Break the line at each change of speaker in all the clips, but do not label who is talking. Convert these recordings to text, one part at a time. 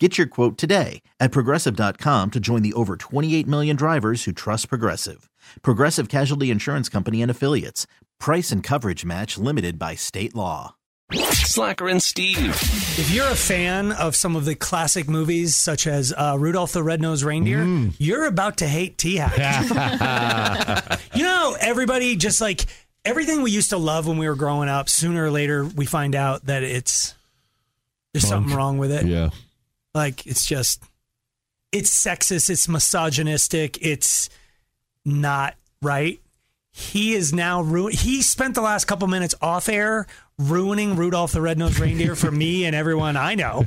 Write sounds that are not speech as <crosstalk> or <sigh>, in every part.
Get your quote today at progressive.com to join the over 28 million drivers who trust Progressive. Progressive Casualty Insurance Company and Affiliates. Price and coverage match limited by state law.
Slacker and Steve.
If you're a fan of some of the classic movies, such as uh, Rudolph the Red-Nosed Reindeer, you're about to hate T <laughs>
<laughs>
you know, how everybody just like everything we used to love when we were growing up. Sooner or later, we find out that it's there's something wrong with it.
Yeah.
Like it's just it's sexist, it's misogynistic, it's not right. He is now ruined. He spent the last couple minutes off air ruining Rudolph the Red-Nosed Reindeer for me and everyone I know.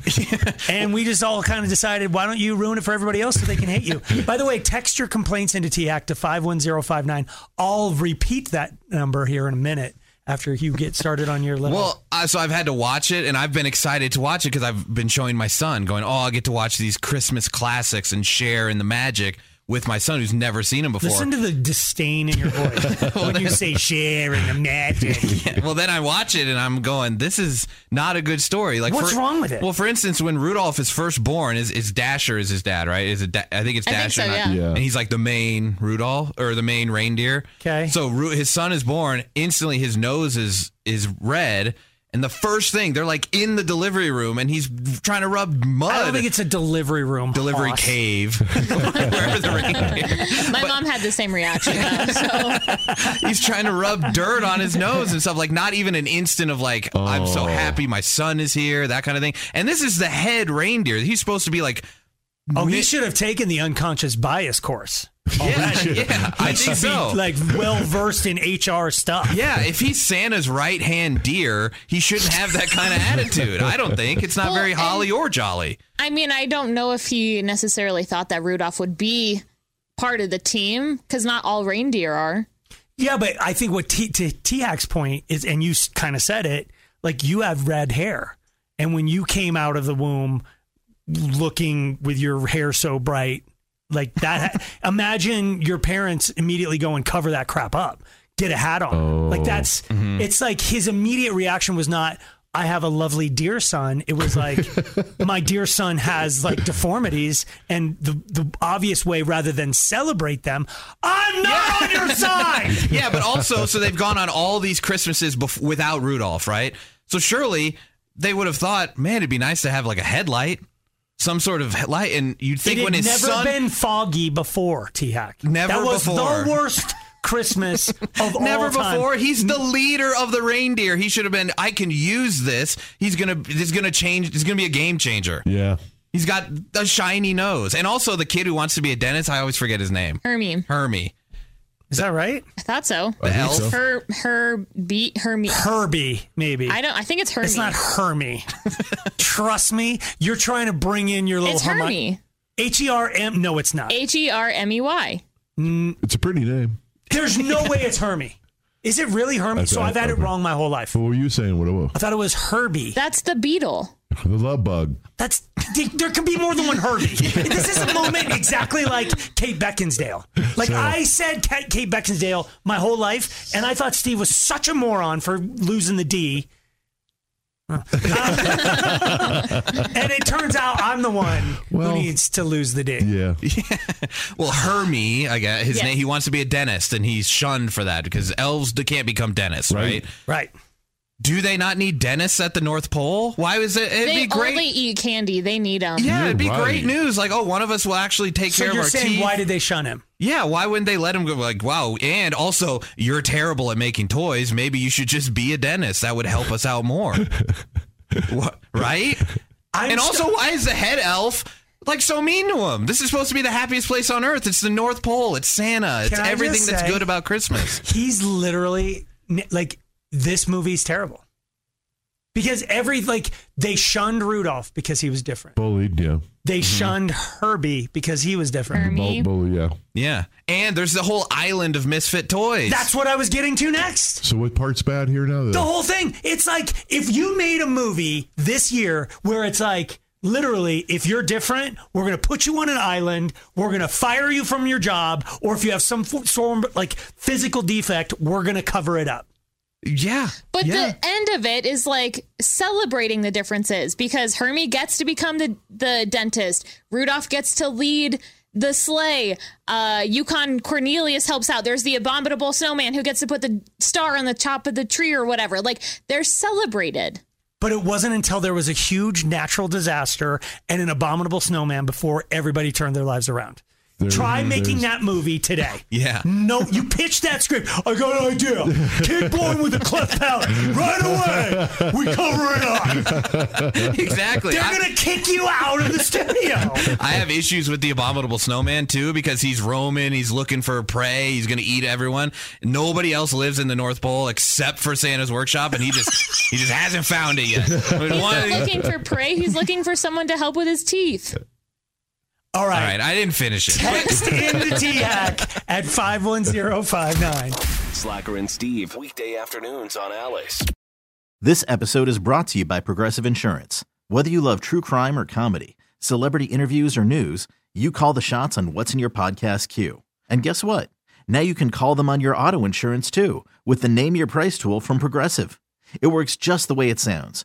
and we just all kind of decided, why don't you ruin it for everybody else so they can hate you? By the way, text your complaints into TAC to 51059. I'll repeat that number here in a minute after you get started on your little.
Well, uh, so I've had to watch it, and I've been excited to watch it because I've been showing my son, going, "Oh, I get to watch these Christmas classics and share in the magic with my son, who's never seen them before."
Listen to the disdain in your
<laughs>
voice when you say share and the magic.
well, then I watch it, and I'm going, "This is not a good story." Like,
What's
for-
wrong with it?
Well, for instance, when Rudolph is first born, is is Dasher is his dad, right? Is it? Da- I think it's
I think
Dasher,
so,
not-
yeah.
Yeah.
and he's like the main Rudolph or the main reindeer.
'Kay.
So Ru- his son is born. Instantly, his nose is is red. And the first thing they're like in the delivery room, and he's trying to rub mud.
I don't think it's a delivery room.
delivery
Hoss. <laughs>
cave, wherever the <laughs> reindeer.
My mom had the same reaction. Though,
<laughs>
so
He's trying to rub dirt on his nose and stuff. Like not even an instant of like, I'm so
Oh.
happy my son is here, that kind of thing. And this is the head reindeer. He's supposed to be like,
Oh, he should have taken the unconscious bias course.
yeah, yeah, I
Oh, He
think
should be
so.
like well versed in HR stuff.
yeah, if he's Santa's right hand deer, he shouldn't have that kind of attitude. I don't think it's not
Well,
very
and-
holly or jolly.
I mean, I don't know if he necessarily thought that Rudolph would be part of the team because not all reindeer are.
Yeah, but I think what T to T Hack's point is, and you kind of said it, like you have red hair, and when you came out of the womb looking with your hair so bright, like that. <laughs> imagine your parents immediately go and cover that crap up, get a hat on. Like that's it's like his immediate reaction was not. I have a lovely dear son. It was like my dear son has like deformities, and the the obvious way rather than celebrate them, I'm not on your side.
Yeah, but also, so they've gone on all these Christmases bef- without Rudolph, right? So surely they would have thought, man, it'd be nice to have like a headlight, some sort of headlight. And you'd think
it
when
had
his
never
son,
been foggy before, T Hack.
Never
that was
before.
the worst Christmas of
<laughs> never
all time.
before, he's the leader of the reindeer. He should have been. I can use this. He's gonna. This is gonna change. It's gonna be a game changer.
Yeah.
He's got a shiny nose, and also the kid who wants to be a dentist. I always forget his name.
Hermie,
Hermie.
Is that right?
I thought so.
The elf.
Her, her beat Hermie.
Herbie, maybe.
I don't. I think it's Hermie.
it's not Hermie. Trust me, you're trying to bring in your little
It's Hermie.
H E R M. No, it's not.
H e r m e y.
It's a pretty name.
There's no way it's Hermie. Is it really Hermie?
That's-
So I've had it
okay.
wrong my whole life.
What were you saying? What
I thought it was Herbie.
That's the beetle.
The love bug.
That's there can be more than one Herbie.
<laughs>
this is a moment exactly like Kate Beckinsdale. Like I said, Kate, Kate Beckinsdale my whole life, and I thought Steve was such a moron for losing the D. Uh, <laughs> and it turns out I'm the one
Well,
who needs to lose the D.
Yeah.
Well, Hermie, I guess his
Yes.
name. He wants to be a dentist, and he's shunned for that because elves d- can't become dentists, right?
Right.
Right.
Do they not need dentists at the North Pole? Why was it? It'd
they
be great.
only eat candy. They need them.
yeah, it'd be
You're right.
great news. Like, oh, one of us will actually take
So
care of
you're
our
saying
teeth.
why did they shun him?
yeah, why wouldn't they let him go? Like, wow. And also, you're terrible at making toys. Maybe you should just be a dentist. That would help us
<laughs>
out more. what, right?
I'm
and also,
st-
why is the head elf like so mean to him? This is supposed to be the happiest place on earth. It's the North Pole. It's Santa. It's
Can I
everything
just
that's
say-
good about Christmas.
he's literally like this movie's terrible because every like they shunned Rudolph because he was different.
Bullied, yeah.
They shunned Herbie because he was different.
Hermie.
Bull, bully, yeah.
Yeah. And there's the whole island of misfit toys.
That's what I was getting to next.
So what part's bad here now?
The
Then?
whole thing. It's like if you made a movie this year where it's like literally if you're different, we're going to put you on an island, we're going to fire you from your job, or if you have some fo- form like physical defect, we're going to cover it up.
yeah. <laughs>
But
yeah.
the end of it is like celebrating the differences because Hermie gets to become the, the dentist. Rudolph gets to lead the sleigh. Uh, Yukon Cornelius helps out. There's the abominable snowman who gets to put the star on the top of the tree or whatever. Like they're celebrated.
But it wasn't until there was a huge natural disaster and an abominable snowman before everybody turned their lives around.
There-
Try making
there's-
that movie
<laughs>
today.
Yeah.
No, you pitched that script. I got an idea. Kick born with a cleft palate. Right away. We cover it up.
exactly.
They're
I-
going to kick you out of the <laughs> studio.
I have issues with the abominable snowman too because he's roaming, he's looking for prey, he's going to eat everyone. Nobody else lives in the North Pole except for Santa's workshop, and he just he just hasn't found it yet. I mean,
<laughs> He's
one-
not looking for prey. He's looking for someone to help with his teeth.
All
all
right.
right, I didn't finish it.
Text in the T hack at 51059.
Slacker and Steve. Weekday afternoons on Alice.
This episode is brought to you by Progressive Insurance. Whether you love true crime or comedy, celebrity interviews or news, you call the shots on what's in your podcast queue. And guess what? Now you can call them on your auto insurance too with the Name Your Price tool from Progressive. It works just the way it sounds.